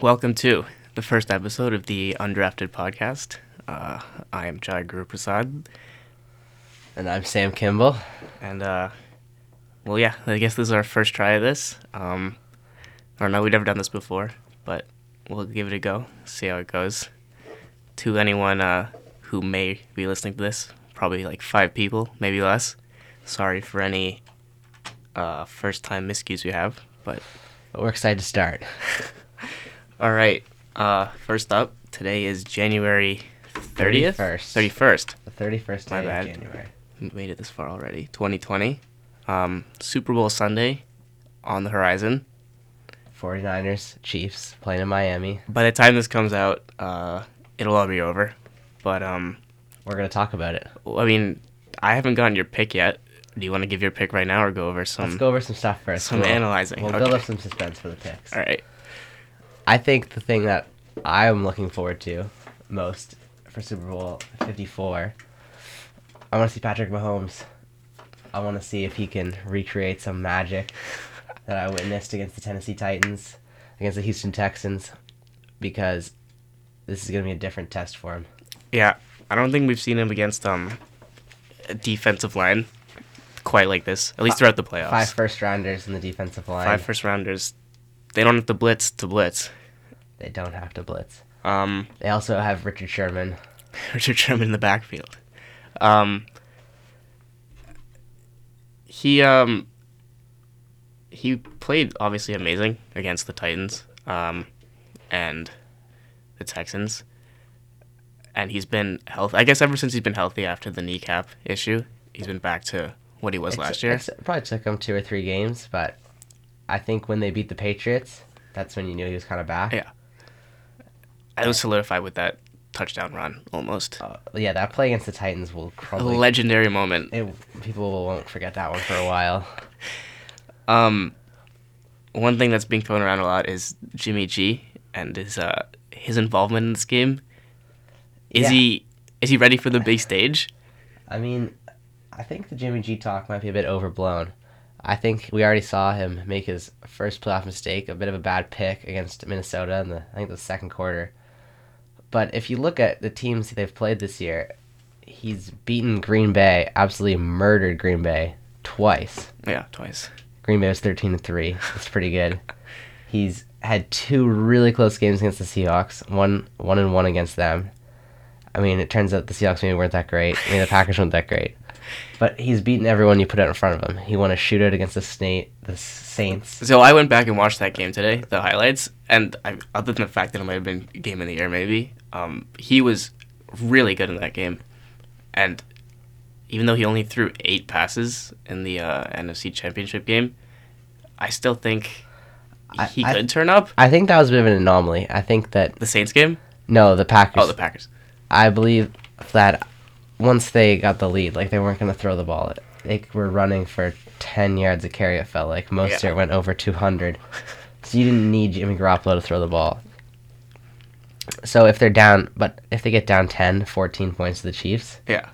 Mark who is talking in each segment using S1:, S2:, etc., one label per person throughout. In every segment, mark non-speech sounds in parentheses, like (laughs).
S1: Welcome to the first episode of the Undrafted Podcast. Uh, I am Jai Guru Prasad,
S2: And I'm Sam Kimball.
S1: and uh, well, yeah, I guess this is our first try of this. Um, I don't know, we've never done this before, but we'll give it a go, see how it goes. To anyone uh, who may be listening to this, probably like five people, maybe less. Sorry for any uh, first-time miscues we have, but
S2: But we're excited to start.
S1: All right. Uh, first up, today is January 30th?
S2: 31st.
S1: 31st.
S2: The 31st day
S1: My bad.
S2: of January.
S1: We made it this far already. 2020. Um, Super Bowl Sunday on the horizon.
S2: 49ers, Chiefs, playing in Miami.
S1: By the time this comes out, uh, it'll all be over. But, um,
S2: We're going to talk about it.
S1: I mean, I haven't gotten your pick yet. Do you want to give your pick right now or go over some?
S2: Let's go over some stuff first.
S1: Mm. some analyzing,
S2: We'll build
S1: okay.
S2: up some suspense for the picks.
S1: All right.
S2: I think the thing that I'm looking forward to most for Super Bowl 54, I want to see Patrick Mahomes. I want to see if he can recreate some magic that I witnessed against the Tennessee Titans, against the Houston Texans, because this is going to be a different test for him.
S1: Yeah. I don't think we've seen him against um, a defensive line quite like this, at least throughout the playoffs.
S2: Five first rounders in the defensive line.
S1: Five first rounders. They don't have to blitz to blitz.
S2: They don't have to blitz.
S1: Um,
S2: They also have Richard Sherman.
S1: (laughs) Richard Sherman in the backfield. Um, he um, he played obviously amazing against the Titans um, and the Texans, and he's been healthy. I guess ever since he's been healthy after the kneecap issue, he's been back to what he was last year.
S2: It probably took him two or three games, but I think when they beat the Patriots, that's when you knew he was kind of back.
S1: Yeah. I was solidified with that touchdown run almost.
S2: Uh, yeah, that play against the Titans will probably
S1: legendary moment.
S2: it, people won't forget that one for a while.
S1: Um, one thing that's being thrown around a lot is Jimmy G and his uh, his involvement in this game. Is
S2: Yeah.
S1: he is he ready for the big stage?
S2: I mean, I think the Jimmy G talk might be a bit overblown. I think we already saw him make his first playoff mistake, a bit of a bad pick against Minnesota in the I think the second quarter. But if you look at the teams they've played this year, he's beaten Green Bay, absolutely murdered Green Bay twice.
S1: Yeah, twice.
S2: Green Bay was thirteen to three. That's pretty good. He's had two really close games against the Seahawks. One one and one against them. I mean, it turns out the Seahawks maybe weren't that great. I mean, the Packers weren't that great. But he's beaten everyone you put out in front of him. He won a shootout against the Snate, the Saints.
S1: So I went back and watched that game today, the highlights, and I, other than the fact that it might have been game of the year, maybe um, he was really good in that game, and even though he only threw eight passes in the uh, NFC Championship game, I still think
S2: I-
S1: he
S2: I-
S1: could turn up
S2: I think that was a bit of an anomaly. I think that
S1: the Saints game.
S2: no, the Packers.
S1: Oh, the Packers.
S2: I believe that once they got the lead, like they weren't going to throw the ball. They were running for 10 yards a carry, it felt like. Most
S1: Yeah.
S2: year went over 200. So you didn't need Jimmy Garoppolo to throw the ball. So if they're down, but if they get down 10, 14 points to the Chiefs,
S1: Yeah.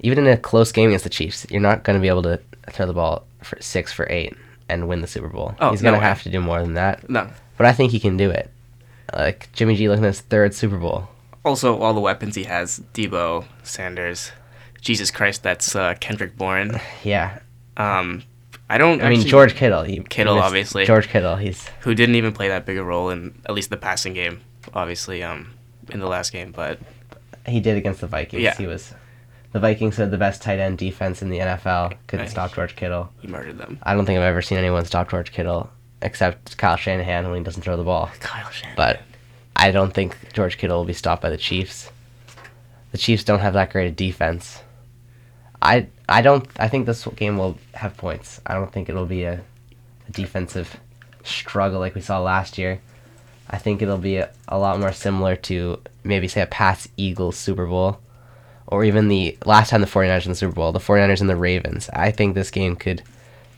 S2: even in a close game against the Chiefs, you're not going to be able to throw the ball for six for eight and win the Super Bowl.
S1: Oh,
S2: He's
S1: no
S2: going to
S1: way.
S2: have to do more than that.
S1: No,
S2: But I think he can do it. Like Jimmy G looking at his third Super Bowl.
S1: also all the weapons he has Debo, Sanders, Jesus Christ, that's uh, Kendrick Bourne.
S2: Yeah,
S1: Um, I don't.
S2: I mean,
S1: actually-
S2: George Kittle. He,
S1: Kittle,
S2: he missed-
S1: obviously.
S2: George Kittle. He's
S1: who didn't even play that big a role in at least the passing game, obviously, um, in the last game. But
S2: he did against the Vikings.
S1: Yeah.
S2: He was. The Vikings had the best tight end defense in the NFL. Couldn't
S1: Nice.
S2: stop George Kittle.
S1: he murdered them.
S2: I don't think I've ever seen anyone stop George Kittle except Kyle Shanahan when he doesn't throw the ball.
S1: Kyle Shanahan.
S2: But I don't think George Kittle will be stopped by the Chiefs. The Chiefs don't have that great a defense. I I don't I think this game will have points. I don't think it'll be a, a defensive struggle like we saw last year. I think it'll be a, a lot more similar to maybe say a Pats Eagles Super Bowl or even the last time the 49ers in the Super Bowl, the 49ers and the Ravens. I think this game could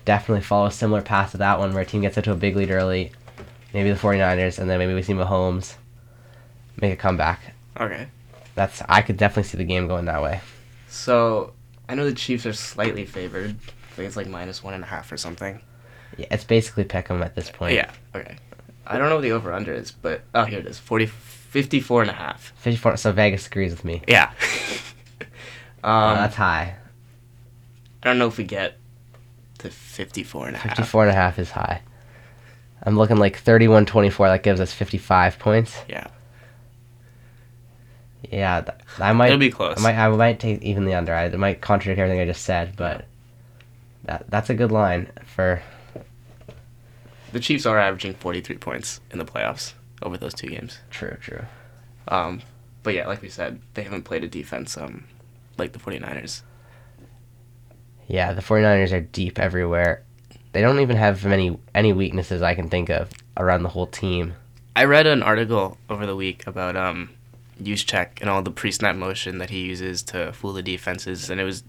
S2: definitely follow a similar path to that one where a team gets up to a big lead early, maybe the 49ers, and then maybe we see Mahomes make a comeback.
S1: okay,
S2: That's I could definitely see the game going that way.
S1: so I know the Chiefs are slightly favored. I think it's like minus one and a half or something.
S2: Yeah, it's basically Peckham at this point.
S1: Yeah. Okay. I don't know what the over under is, but oh, here it is 40, 54 and a half.
S2: 54. So Vegas agrees with me.
S1: Yeah. (laughs) um,
S2: Oh, that's high.
S1: I don't know if we get to 54 and a half.
S2: 54 and a half is high. I'm looking like 31 24. That gives us 55 points.
S1: Yeah.
S2: Yeah, th- I might.
S1: It'll be close.
S2: I might. I might take even the under. I it might contradict everything I just said, but that that's a good line for.
S1: The Chiefs are averaging 43 points in the playoffs over those two games.
S2: True. True.
S1: Um, but yeah, like we said, they haven't played a defense um, like the 49ers.
S2: Yeah, the 49ers are deep everywhere. They don't even have many any weaknesses I can think of around the whole team.
S1: I read an article over the week about um, check and all the pre-snap motion that he uses to fool the defenses, and it was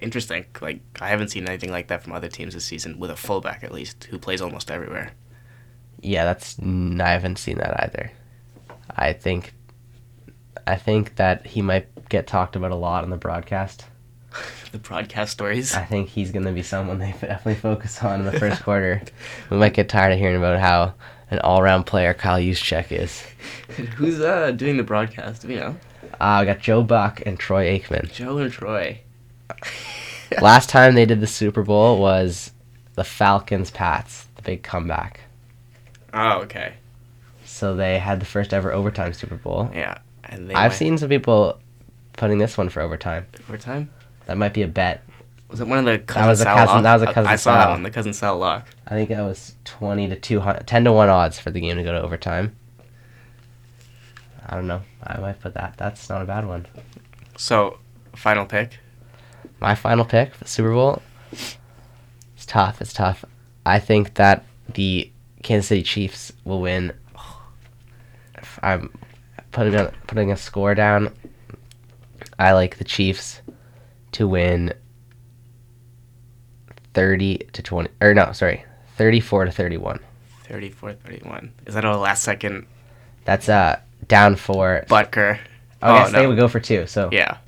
S1: interesting. Like I haven't seen anything like that from other teams this season with a fullback at least who plays almost everywhere. (laughs)
S2: Yeah, that's n- I haven't seen that either. I think I think that he might get talked about a lot on the broadcast.
S1: The broadcast stories.
S2: I think he's going to be someone they (laughs) definitely focus on in the first quarter. We might get tired of hearing about how an all-round player Kyle Juszczyk is.
S1: (laughs) Who's uh, doing the broadcast? Do we know?
S2: Uh, we got Joe Buck and Troy Aikman.
S1: Joe and
S2: (laughs)
S1: Troy.
S2: Last time they did the Super Bowl was the Falcons Pats, the big comeback.
S1: Oh, okay.
S2: So they had the first ever overtime Super Bowl.
S1: Yeah. And they
S2: I've
S1: went
S2: seen some people putting this one for overtime.
S1: overtime.
S2: That might be a bet.
S1: Was it one of the cousin
S2: was a
S1: Sal
S2: cousin-
S1: Lock?
S2: that was a cousin
S1: I saw that
S2: Sal.
S1: one. The cousin Sal lock.
S2: I think that was 20 to 200, 10 to 1 odds for the game to go to overtime. I don't know. I might put that. That's not a bad one.
S1: So, final pick.
S2: My final pick for the Super Bowl. It's tough. It's tough. I think that the Kansas City Chiefs will win. If I'm putting a, putting a score down. I like the Chiefs to win 30 to 20 or no, sorry, 34 to 31.
S1: 34 31. Is that a last second
S2: That's uh down 4.
S1: butker?
S2: I guess
S1: oh, no.
S2: they would go for 2. So
S1: Yeah.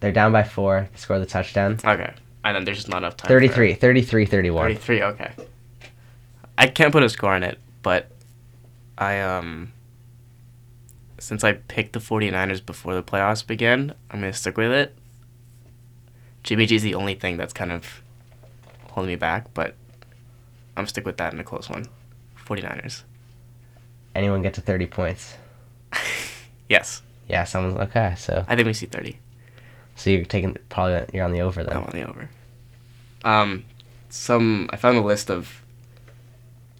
S2: they're down by 4, they score the touchdown.
S1: Okay. And then there's just not enough time. for it.
S2: 33 33 31.
S1: 33, okay. I can't put a score on it, but I, um, since I picked the 49ers before the playoffs began, I'm going to stick with it. Jimmy G's the only thing that's kind of holding me back, but I'm stick with that in a close one. 49ers.
S2: Anyone get to 30 points?
S1: (laughs) Yes.
S2: Yeah, someone's okay. So,
S1: I think we see 30.
S2: so you're taking probably you're on the over
S1: I'm
S2: then.
S1: on the over. Um, some I found a list of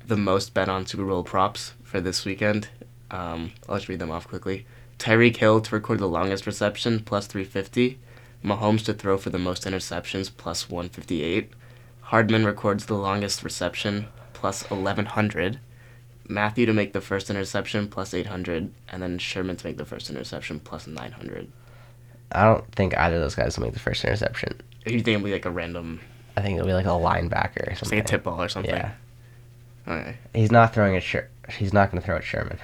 S1: the most bet on Super Bowl props for this weekend. Um, I'll just read them off quickly. Tyreek Hill to record the longest reception plus 350. Mahomes to throw for the most interceptions plus 158. Hardman records the longest reception plus 1100. Matthew to make the first interception plus 800, and then Sherman to make the first interception plus 900.
S2: I don't think either of those guys will make the first interception.
S1: If you think it'll be like a random,
S2: I think it'll be like a linebacker or
S1: just
S2: something.
S1: like a tip ball or something.
S2: Yeah,
S1: Okay. (laughs)
S2: he's not throwing at Sher- He's not going to throw at Sherman.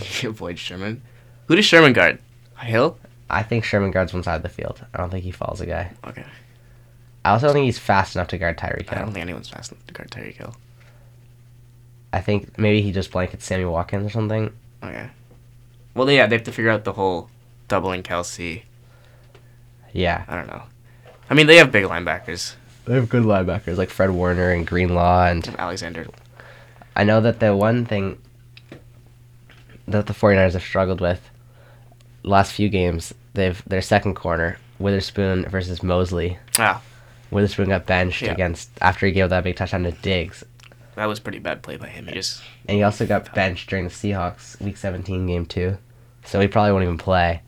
S2: (laughs)
S1: You avoid Sherman. Who does Sherman guard? Hill?
S2: I think Sherman guards one side of the field. I don't think he follows a guy.
S1: Okay.
S2: I also don't think he's fast enough to guard Tyreek
S1: I don't
S2: Hill.
S1: think anyone's fast enough to guard Tyreek Hill.
S2: I think maybe he just blankets Sammy Watkins or something.
S1: Okay. Well, yeah, they have to figure out the whole doubling Kelsey.
S2: Yeah,
S1: I don't know. I mean, they have big linebackers.
S2: they have good linebackers like Fred Warner and Greenlaw and
S1: They have Alexander.
S2: I know that the one thing that the 49ers have struggled with last few games, they've their second corner, Witherspoon versus Mosley.
S1: Ah,
S2: Witherspoon got benched
S1: Yeah.
S2: against after he gave that big touchdown to Diggs.
S1: that was pretty bad play by him. He just
S2: And he also got benched during the Seahawks week 17 game too. So he probably won't even play.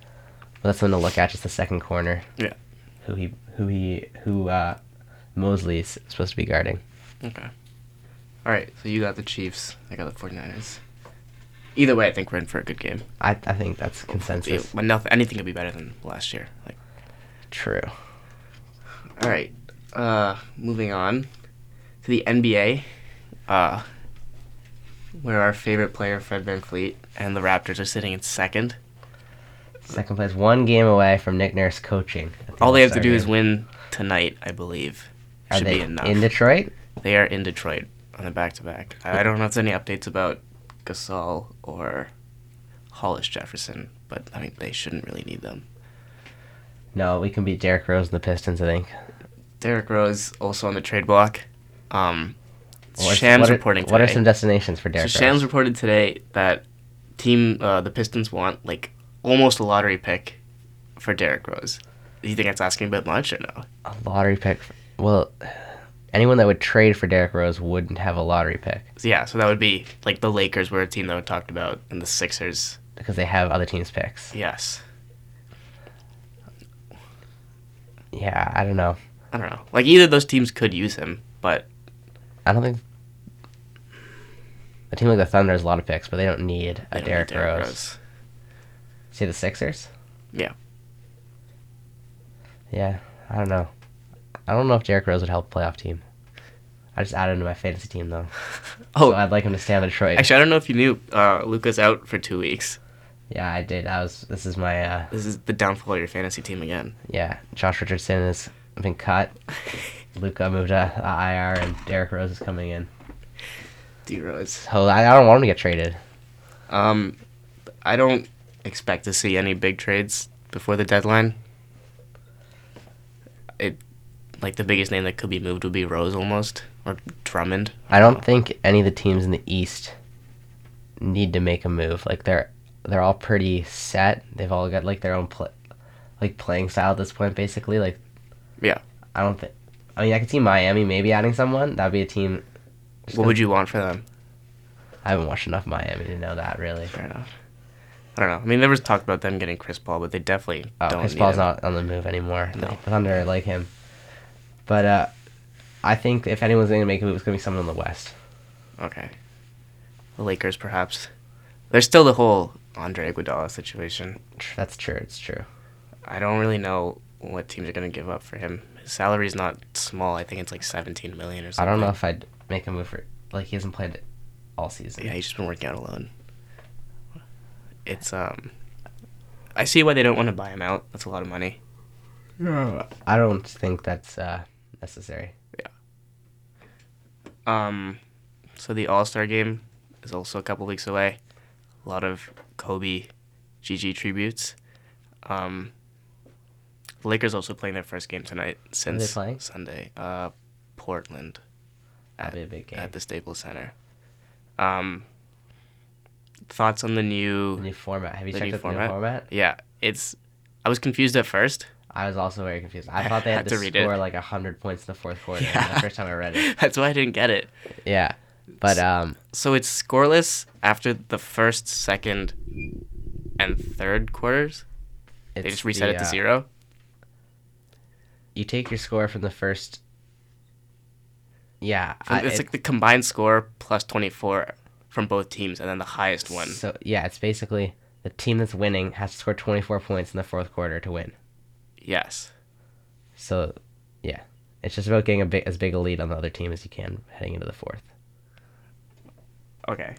S2: But that's something to look at just the second corner.
S1: Yeah.
S2: Who he who he who uh Mosley's supposed to be guarding.
S1: okay. All right, so you got the Chiefs. I got the 49ers. Either way, I think we're in for a good game.
S2: I, I think that's consensus.
S1: But nothing, anything could be better than last year. Like,
S2: True.
S1: all right. Uh, moving on to the NBA, uh, where our favorite player Fred VanVleet and the Raptors are sitting in second.
S2: Second place, one game away from Nick Nurse coaching. at the
S1: All they have to
S2: All-Star
S1: do
S2: game.
S1: is win tonight, I believe.
S2: Are
S1: Should
S2: they
S1: be enough.
S2: in Detroit?
S1: they are in Detroit. on the back to back. I don't know if there's any updates about Gasol or Hollis Jefferson, but I mean they shouldn't really need them.
S2: No, we can beat Derrick Rose and the Pistons. I think.
S1: Derrick Rose also on the trade block. Um,
S2: What are-
S1: Shams
S2: what are,
S1: reporting today.
S2: What are some destinations for Derrick
S1: so
S2: Rose?
S1: Shams reported today that team uh, the Pistons want like almost a lottery pick for Derrick Rose. Do you think that's asking a bit much or no?
S2: A lottery pick. for- well, anyone that would trade for Derrick Rose wouldn't have a lottery pick
S1: So, yeah, so that would be like the Lakers were a team that we talked about, and the Sixers.
S2: because they have other teams' picks.
S1: Yes,
S2: Yeah, I don't know.
S1: I don't know. Like either of those teams could use him, but
S2: I don't think a team like the Thunder has a lot of picks, but they don't need
S1: they don't
S2: a
S1: need
S2: Derrick
S1: Derrick
S2: Rose. Say the Sixers.
S1: Yeah.
S2: Yeah, I don't know. I don't know if Derrick Rose would help a playoff team. I just added him to my fantasy
S1: (laughs)
S2: team though.
S1: Oh.
S2: so I'd like him to stay on Detroit.
S1: Actually, I don't know if you knew uh, Luca's out for two weeks.
S2: yeah, I did. I was. This is my. uh
S1: This is the downfall of your fantasy team again.
S2: Yeah, Josh Richardson has
S1: (laughs)
S2: been cut. Luca moved to uh, IR, and Derrick Rose is coming in.
S1: D Rose.
S2: So I, I don't want him to get traded.
S1: Um, I don't expect to see any big trades before the deadline. It, like the biggest name that could be moved would be Rose almost or Drummond.
S2: I don't think any of the teams in the East need to make a move. Like they're they're all pretty set. They've all got like their own pl- like playing style at this point, basically. Like
S1: Yeah.
S2: I don't think. I mean, I could see Miami maybe adding someone. That'd be a team.
S1: What would you want for them?
S2: I haven't watched enough Miami to know that really.
S1: Fair enough. I don't know. I mean, there was talk about them getting Chris Paul, but they definitely
S2: Oh,
S1: don't.
S2: Chris
S1: need
S2: Paul's
S1: him.
S2: not on the move anymore.
S1: No.
S2: The Thunder like him, but uh, I think if anyone's going to make a move, it's going to be someone in the West.
S1: Okay. The Lakers, perhaps. There's still the whole Andre Iguodala situation.
S2: Tr- That's true. It's true.
S1: I don't really know what teams are going to give up for him. His salary's not small. I think it's like 17 million or
S2: I
S1: something.
S2: don't know if I'd make a move for like he hasn't played all season.
S1: Yeah, he's just been working out alone. It's um I see why they don't want to buy him out. That's a lot of money.
S2: I don't think that's uh, necessary.
S1: Um so the All-Star game is also a couple weeks away. A lot of Kobe GG tributes. Um the Lakers also playing their first game tonight since
S2: playing?
S1: Sunday. Uh Portland.
S2: That'd be a big game.
S1: at the Staples Center. Um, thoughts on the new?
S2: The new format. Have you
S1: The
S2: checked
S1: new
S2: out the new format?
S1: Yeah, it's. I was confused at first.
S2: I was also very confused. I thought they
S1: had
S2: had
S1: to
S2: to,
S1: read it.
S2: score like like hundred points in the fourth quarter.
S1: Yeah.
S2: The first time I
S1: (laughs)
S2: read it.
S1: That's why I didn't get it.
S2: Yeah, but um,
S1: So it's scoreless after the first, second, and third quarters.
S2: it's
S1: They just reset
S2: the,
S1: it to
S2: uh,
S1: zero.
S2: You take your score from the first. Yeah, I-
S1: it's
S2: it-
S1: like the combined score plus twenty four from both teams, and then the highest one.
S2: So yeah, it's basically the team that's winning has to score 24 points in the fourth quarter to win.
S1: Yes.
S2: So yeah, it's just about getting a big, as big a lead on the other team as you can heading into the fourth.
S1: Okay.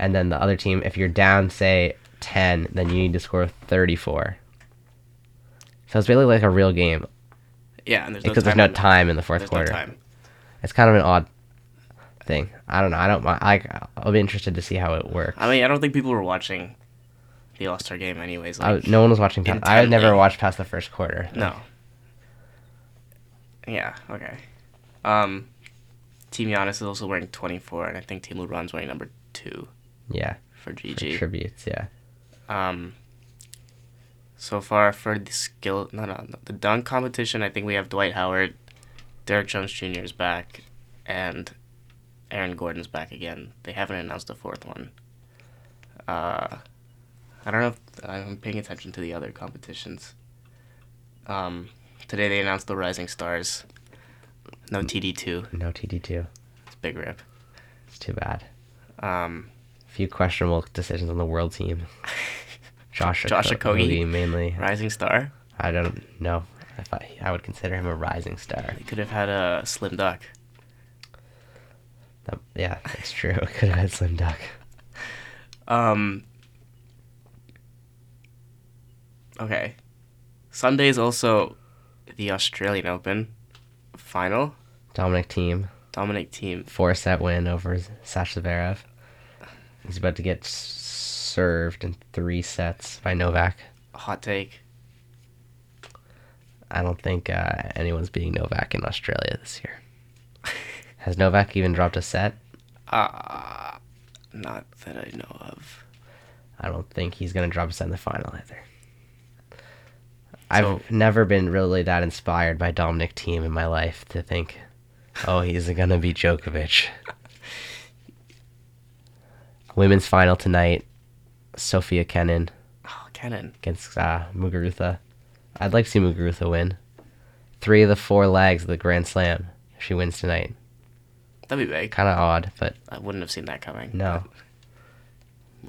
S2: And then the other team, if you're down say 10, then you need to score 34. So it's really like a real game
S1: Yeah, and there's no
S2: because
S1: time.
S2: there's no
S1: limit.
S2: time in the fourth
S1: There's no
S2: quarter.
S1: time.
S2: It's kind of an odd thing. I don't know. I don't. mi- I I'll be interested to see how it works.
S1: I mean, I don't think people were watching the All Star game, anyways.
S2: I,
S1: Like,
S2: no one was watching. Past, I would never
S1: intently.
S2: watch past the first quarter.
S1: No. Yeah, okay. Um Team Giannis is also wearing 24 and I think Team LeBron's wearing number 2
S2: Yeah.
S1: for
S2: for
S1: GG.
S2: Tributes. Yeah.
S1: Um so far for the skill no, no no the dunk competition I think we have Dwight Howard, Derek Jones Jr. is back and Aaron Gordon's back again. They haven't announced the fourth one. Uh I don't know if I'm paying attention to the other competitions. Um, today they announced the Rising Stars. No TD2.
S2: No TD two.
S1: It's big rip.
S2: It's too bad.
S1: Um,
S2: Few questionable decisions on the world
S1: (laughs)
S2: team. Josh
S1: Josh Okogie.
S2: mainly.
S1: Rising Star?
S2: I don't know if I, I would consider him a rising star.
S1: They could have had a Slim Duck.
S2: That- Um, yeah, that's true. (laughs) Could have had Slim Duck.
S1: Um, okay. Sunday's also the Australian Open final.
S2: Dominic Team.
S1: Dominic Team.
S2: Four set win over Sasha Zverev. He's about to get s- served in three sets by Novak.
S1: Hot take.
S2: I don't think uh, anyone's beating Novak in Australia this year.
S1: (laughs)
S2: Has Novak even dropped a set?
S1: Uh, not that I know of.
S2: I don't think he's going to drop a set in the final either. I've never been really that inspired by Dominic Team in my life to think, oh, he's going to be Djokovic. Women's final tonight, Sophia Kennan
S1: Oh, Kenan.
S2: against uh, Muguruza. I'd like to see Muguruza win. Three of the four legs of the Grand Slam. If she wins tonight,
S1: That'd be big.
S2: kind of odd, but
S1: I wouldn't have seen that coming.
S2: No.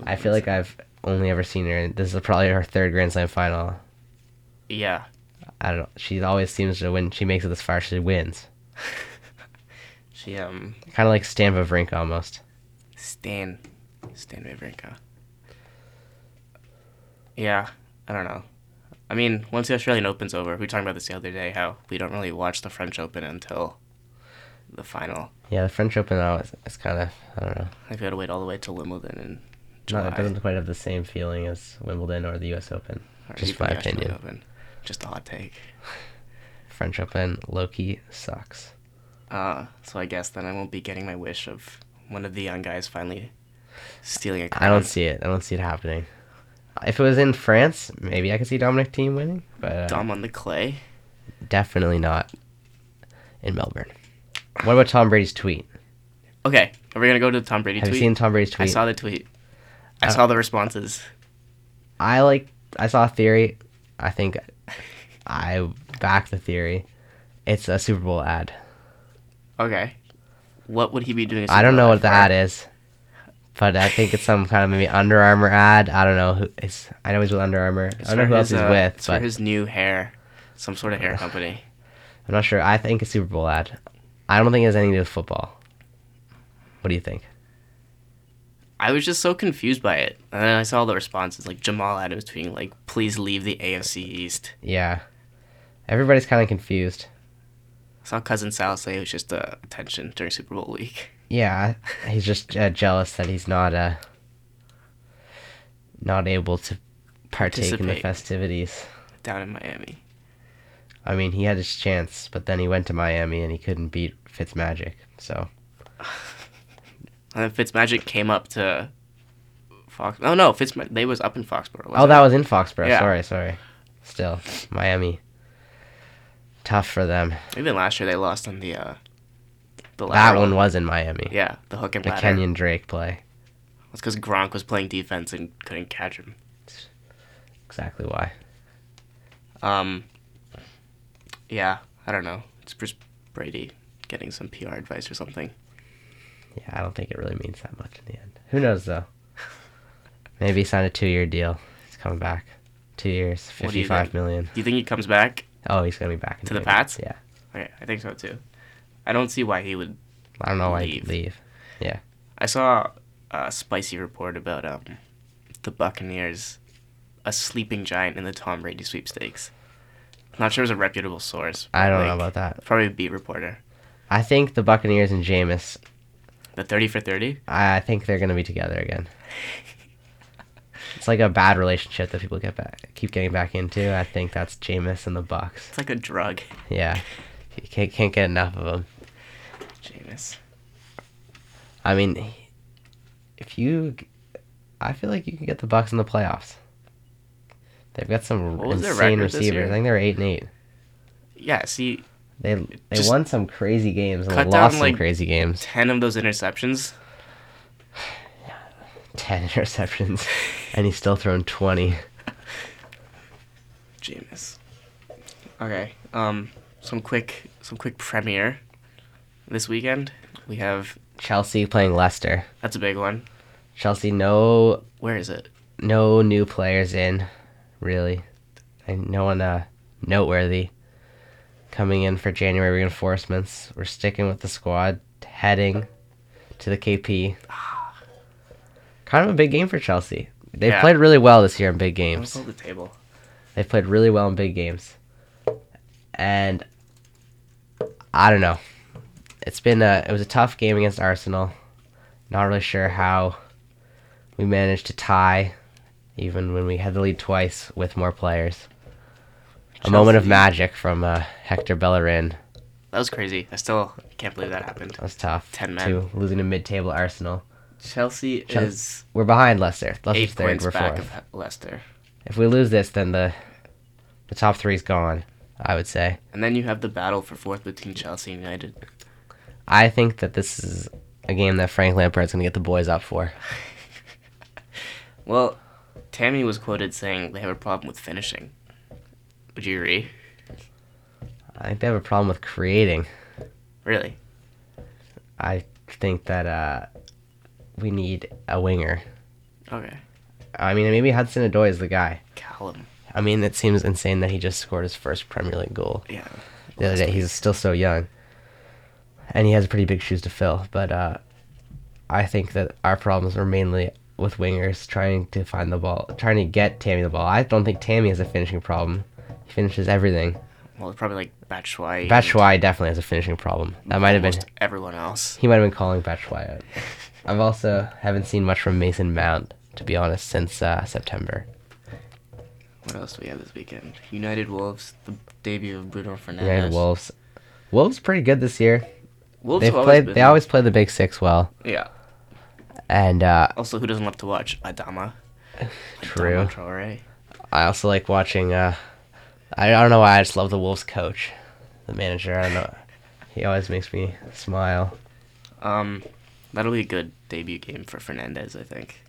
S2: I feel like I've only ever seen her. in- This is probably her third Grand Slam final.
S1: Yeah.
S2: I don't. know. She always seems to win. She makes it this far. She wins.
S1: She, um,
S2: Kind of like Stan Wawrinka almost.
S1: Stan. Stan Wawrinka. Yeah. I don't know. I mean, once the Australian Open's over, we were talking about this the other day, how we don't really watch the French Open until the final.
S2: Yeah, the French Open though is, is kind of I don't know.
S1: I've got to wait all the way to Wimbledon and
S2: Not,
S1: July.
S2: it doesn't quite have the same feeling as Wimbledon or the U.S. Open.
S1: or
S2: just
S1: even
S2: my
S1: the Australian
S2: opinion.
S1: Open. Just a hot take.
S2: French Open low key sucks.
S1: Uh, so I guess then I won't be getting my wish of one of the young guys finally stealing a crown.
S2: I don't see it. I don't see it happening. If it was in France, maybe I could see Dominic Team winning, but uh,
S1: Dom on the clay.
S2: definitely not in Melbourne. What about Tom Brady's tweet?
S1: Okay, are we gonna go to the Tom Brady
S2: Have
S1: tweet?
S2: you seen Tom Brady's
S1: I
S2: tweet?
S1: saw the tweet. I
S2: Uh,
S1: saw the responses.
S2: I like I saw a theory. I think I back the theory. It's a Super Bowl ad.
S1: Okay, what would he be doing?
S2: I don't know what the ad is, but I think it's some kind of maybe Under Armour ad. I don't know who it's. I know he's with Under Armour. I don't know who else he's with,
S1: It's
S2: but
S1: for his new hair, some sort of hair company.
S2: I'm not sure. I think it's Super Bowl ad. I don't think it has anything to do with football. What do you think?
S1: I was just so confused by it, and then I saw the responses like Jamal Adams tweeting like, "Please leave the AFC East."
S2: Yeah, everybody's kind of confused.
S1: I saw cousin Sal say it was just uh, attention during Super Bowl week. (laughs)
S2: Yeah, he's just uh, jealous that he's not uh, not able to partake in the
S1: Participate.
S2: festivities.
S1: down in Miami.
S2: I mean, he had his chance, but then he went to Miami and he couldn't beat Fitzmagic. So
S1: And then Fitzmagic came up to Fox. Oh no, Fitzmag they was up in Foxborough.
S2: oh, that was in Foxborough.
S1: Yeah.
S2: Sorry, sorry. Still Miami. Tough for them.
S1: even last year they lost on the uh the
S2: That
S1: lateral.
S2: one was in Miami.
S1: Yeah, the hook and
S2: the
S1: ladder.
S2: Kenyon Drake play.
S1: It's because Gronk was playing defense and couldn't catch him.
S2: Exactly why.
S1: Um, yeah, I don't know. It's Bruce Brady getting some PR advice or something.
S2: Yeah, I don't think it really means that much in the end. Who
S1: (laughs)
S2: knows though? Maybe he signed a two-year deal. He's coming back. Two years,
S1: What do you
S2: fifty-five
S1: think?
S2: million.
S1: Do you think he comes back?
S2: Oh, he's gonna be back in
S1: To the
S2: Vegas.
S1: Pats?
S2: Yeah,
S1: Okay, I think so too. I don't see why he would.
S2: I don't know why
S1: Leave.
S2: he'd leave.
S1: I saw a spicy report about um the Buccaneers, a sleeping giant in the Tom Brady sweepstakes. Not sure it was a reputable source.
S2: I don't
S1: like,
S2: know about that.
S1: Probably a beat reporter.
S2: I think the Buccaneers and Jameis.
S1: The thirty for thirty.
S2: I I think they're gonna be
S1: (laughs)
S2: together again. it's like a bad relationship that people get back, keep getting back into. I think that's Jameis and the Bucks.
S1: It's like a drug, (laughs)
S2: Yeah, you can't, can't get enough of them.
S1: Jameis.
S2: I mean, if you, I feel like you can get the Bucks in the playoffs. They've got some
S1: What was their
S2: insane
S1: record this
S2: receivers.
S1: year?
S2: I think they're eight and eight.
S1: Yeah. See,
S2: They they
S1: Just
S2: won some crazy games and
S1: cut
S2: lost
S1: down,
S2: some
S1: like,
S2: crazy games.
S1: ten of those interceptions.
S2: Ten (laughs) interceptions, and he's still thrown twenty.
S1: Jameis. Okay. Um. Some quick. Some quick premiere. This weekend we have.
S2: Chelsea playing Leicester.
S1: That's a big one.
S2: Chelsea, no
S1: Where is it?
S2: no new players in, really, and no one uh, noteworthy coming in for January reinforcements. We're sticking with the squad, heading to the KP. (sighs) Kind of a big game for Chelsea. They
S1: Yeah.
S2: played really well this year in big
S1: I was
S2: games.
S1: on the table.
S2: They played really well in big games, and I don't know. it's been a, it was a tough game against Arsenal. Not really sure how we managed to tie, even when we had the lead twice with more players. A moment of
S1: Chelsea.
S2: magic from uh, Hector Bellerin.
S1: That was crazy. I still can't believe that happened.
S2: That was tough.
S1: Ten men.
S2: To losing to mid-table Arsenal.
S1: Chelsea
S2: Chel-
S1: is
S2: We're behind Leicester. Leicester's
S1: eight
S2: third.
S1: points
S2: We're
S1: back
S2: fourth.
S1: of Leicester,
S2: If we lose this, then the the top three's gone. I would say.
S1: and then you have the battle for fourth between Chelsea and United.
S2: I think that this is a game that Frank Lampard's going to get the boys up for.
S1: Well, Tammy was quoted saying they have a problem with finishing. Would you agree?
S2: I think they have a problem with creating.
S1: Really?
S2: I think that uh, we need a winger.
S1: Okay.
S2: I mean, maybe Hudson Adoy is the guy.
S1: Callum.
S2: I mean, it seems insane that he just scored his first Premier League goal
S1: Yeah.
S2: the other day. He's still so young, and he has pretty big shoes to fill. But uh, I think that our problems are mainly with wingers trying to find the ball, trying to get Tammy the ball. I don't think Tammy has a finishing problem. He finishes everything.
S1: Well, it's probably like Batshuayi. and
S2: Batshuayi definitely has a finishing problem. That might have been
S1: almost everyone else.
S2: he might have been calling Batshuayi out. I've also haven't seen much from Mason Mount to be honest since uh, September.
S1: What else do we have this weekend? United Wolves, the debut of Bruno Fernandes.
S2: United Wolves, Wolves pretty good this year.
S1: Wolves
S2: They've
S1: have always
S2: played.
S1: been-
S2: They always play the big six well,
S1: Yeah.
S2: and uh,
S1: Also, who doesn't love to watch Adama?
S2: True.
S1: Adama Traore.
S2: I also like watching. Uh, I don't know why I just love the Wolves coach, the manager. I don't know. he always makes me smile.
S1: Um, that'll be a good debut game for Fernandez, I think.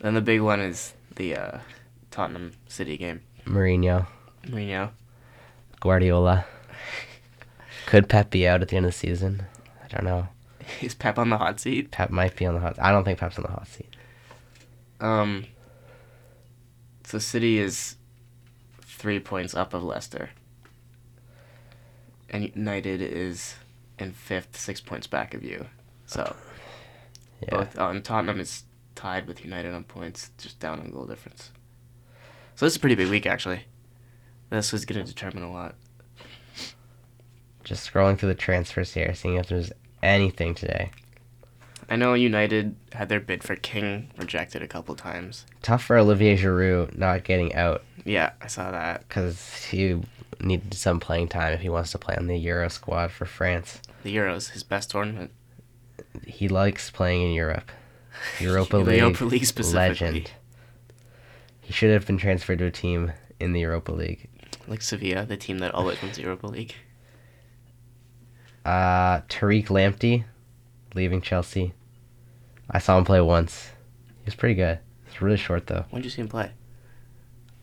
S1: Then the big one is the uh, Tottenham City game.
S2: Mourinho,
S1: Mourinho. (laughs)
S2: Guardiola. Could Pep be out at the end of the season? I don't know.
S1: Is Pep on the hot seat?
S2: Pep might be on the hot. I don't think Pep's on the hot seat.
S1: Um, so City is three points up of Leicester. And United is in fifth, six points back of you. So
S2: Yeah.
S1: both oh, and Tottenham is tied with United on points, just down on goal difference. So this is a pretty big week actually. This is gonna determine a lot.
S2: Just scrolling through the transfers here, seeing if there's anything today.
S1: I know United had their bid for King rejected a couple times.
S2: Tough for Olivier Giroud not getting out
S1: Yeah, I saw that.
S2: because he needed some playing time if he wants to play on the Euro squad for France.
S1: The Euros, his best tournament.
S2: He likes playing in Europe.
S1: (laughs)
S2: Europa
S1: the
S2: League,
S1: Europa League specifically.
S2: legend. He should have been transferred to a team in the Europa League.
S1: Like Sevilla, the team that always wins the Europa League.
S2: Uh, Tariq Lamptey, leaving Chelsea. I saw him play once. He was pretty good. He's really short though.
S1: When did you see him play?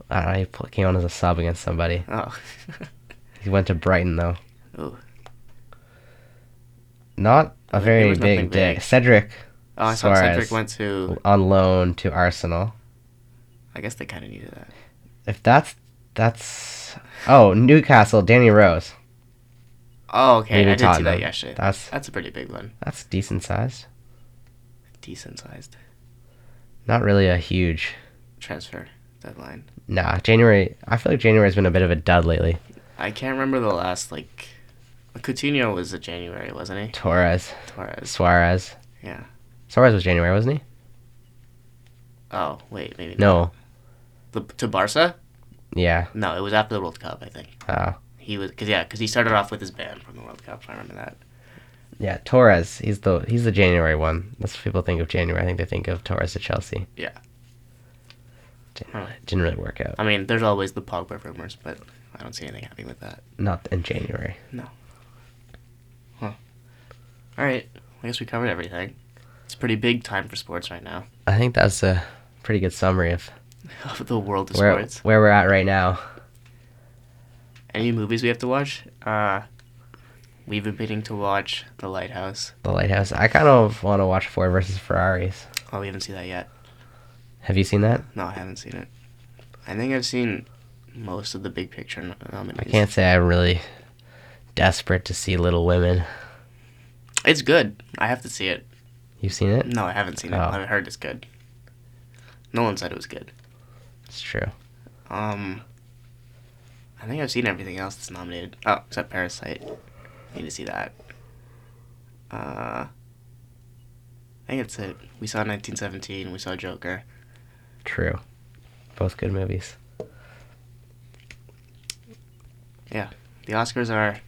S2: I don't know. He pl- came on as a sub against somebody.
S1: Oh. (laughs)
S2: He went to Brighton though.
S1: Ooh.
S2: Not a
S1: There
S2: very
S1: was nothing
S2: big day.
S1: big.
S2: Cedric
S1: Oh, I saw
S2: Suarez.
S1: Cedric went to.
S2: on loan to Arsenal.
S1: I guess they kind of needed that.
S2: If that's that's oh Newcastle, Danny Rose.
S1: Oh, okay.
S2: Maybe
S1: I did see
S2: Tottenham.
S1: that yesterday.
S2: That's-
S1: That's a pretty big one.
S2: That's decent sized.
S1: Decent sized
S2: Not really a huge.
S1: transfer deadline.
S2: Nah, January. I feel like January has been a bit of a dud lately.
S1: I can't remember the last, like. Coutinho was a January, wasn't
S2: Torres,
S1: he? Torres.
S2: Suarez.
S1: Yeah.
S2: Suarez was January, wasn't he?
S1: Oh, wait, maybe. not.
S2: No.
S1: The, to Barca?
S2: Yeah.
S1: No, it was after the World Cup, I think.
S2: Uh,
S1: He was. Because, yeah, because he started off with his band from the World Cup. I remember that.
S2: yeah. Torres. He's the he's the January one. That's what people think of January. I think they think of Torres to Chelsea.
S1: Yeah.
S2: Didn't,
S1: Huh.
S2: didn't really work out.
S1: I mean, there's always the Pogba rumors, but I don't see anything happening with that.
S2: Not in January.
S1: All right. I guess we covered everything. It's a pretty big time for sports right now. (laughs)
S2: I think that's a pretty good summary of
S1: Of the world of
S2: where
S1: sports.
S2: where we're at right now.
S1: Any movies we have to watch? Uh, we've been meaning to watch The Lighthouse.
S2: The lighthouse. I kind of want to watch Ford versus Ferraris.
S1: Oh, we haven't seen that yet.
S2: Have you seen that?
S1: No, I haven't seen it. I think I've seen most of the big picture nom-
S2: I
S1: nominees.
S2: can't say I'm really desperate to see Little Women.
S1: It's good. I have to see it.
S2: You've seen it?
S1: No, I haven't seen it.
S2: Oh.
S1: I've heard it's good. No one said it was good.
S2: It's true.
S1: Um, I think I've seen everything else that's nominated. Oh, except Parasite. Need to see that. Uh, I think that's it. We saw 1917. We saw Joker.
S2: True. Both good movies.
S1: The Oscars are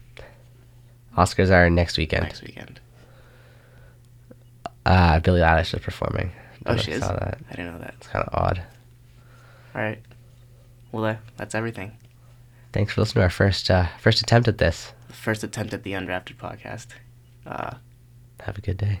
S2: Oscars are next weekend.
S1: next weekend.
S2: Uh, Billie Eilish is performing.
S1: Oh,
S2: Don't know
S1: she
S2: if
S1: is?
S2: you Saw that.
S1: I didn't know that.
S2: It's kind of odd.
S1: All right. Well, that, that's everything.
S2: Thanks for listening to our first uh, first attempt at this.
S1: The first attempt at the undrafted podcast. Uh,
S2: Have a good day.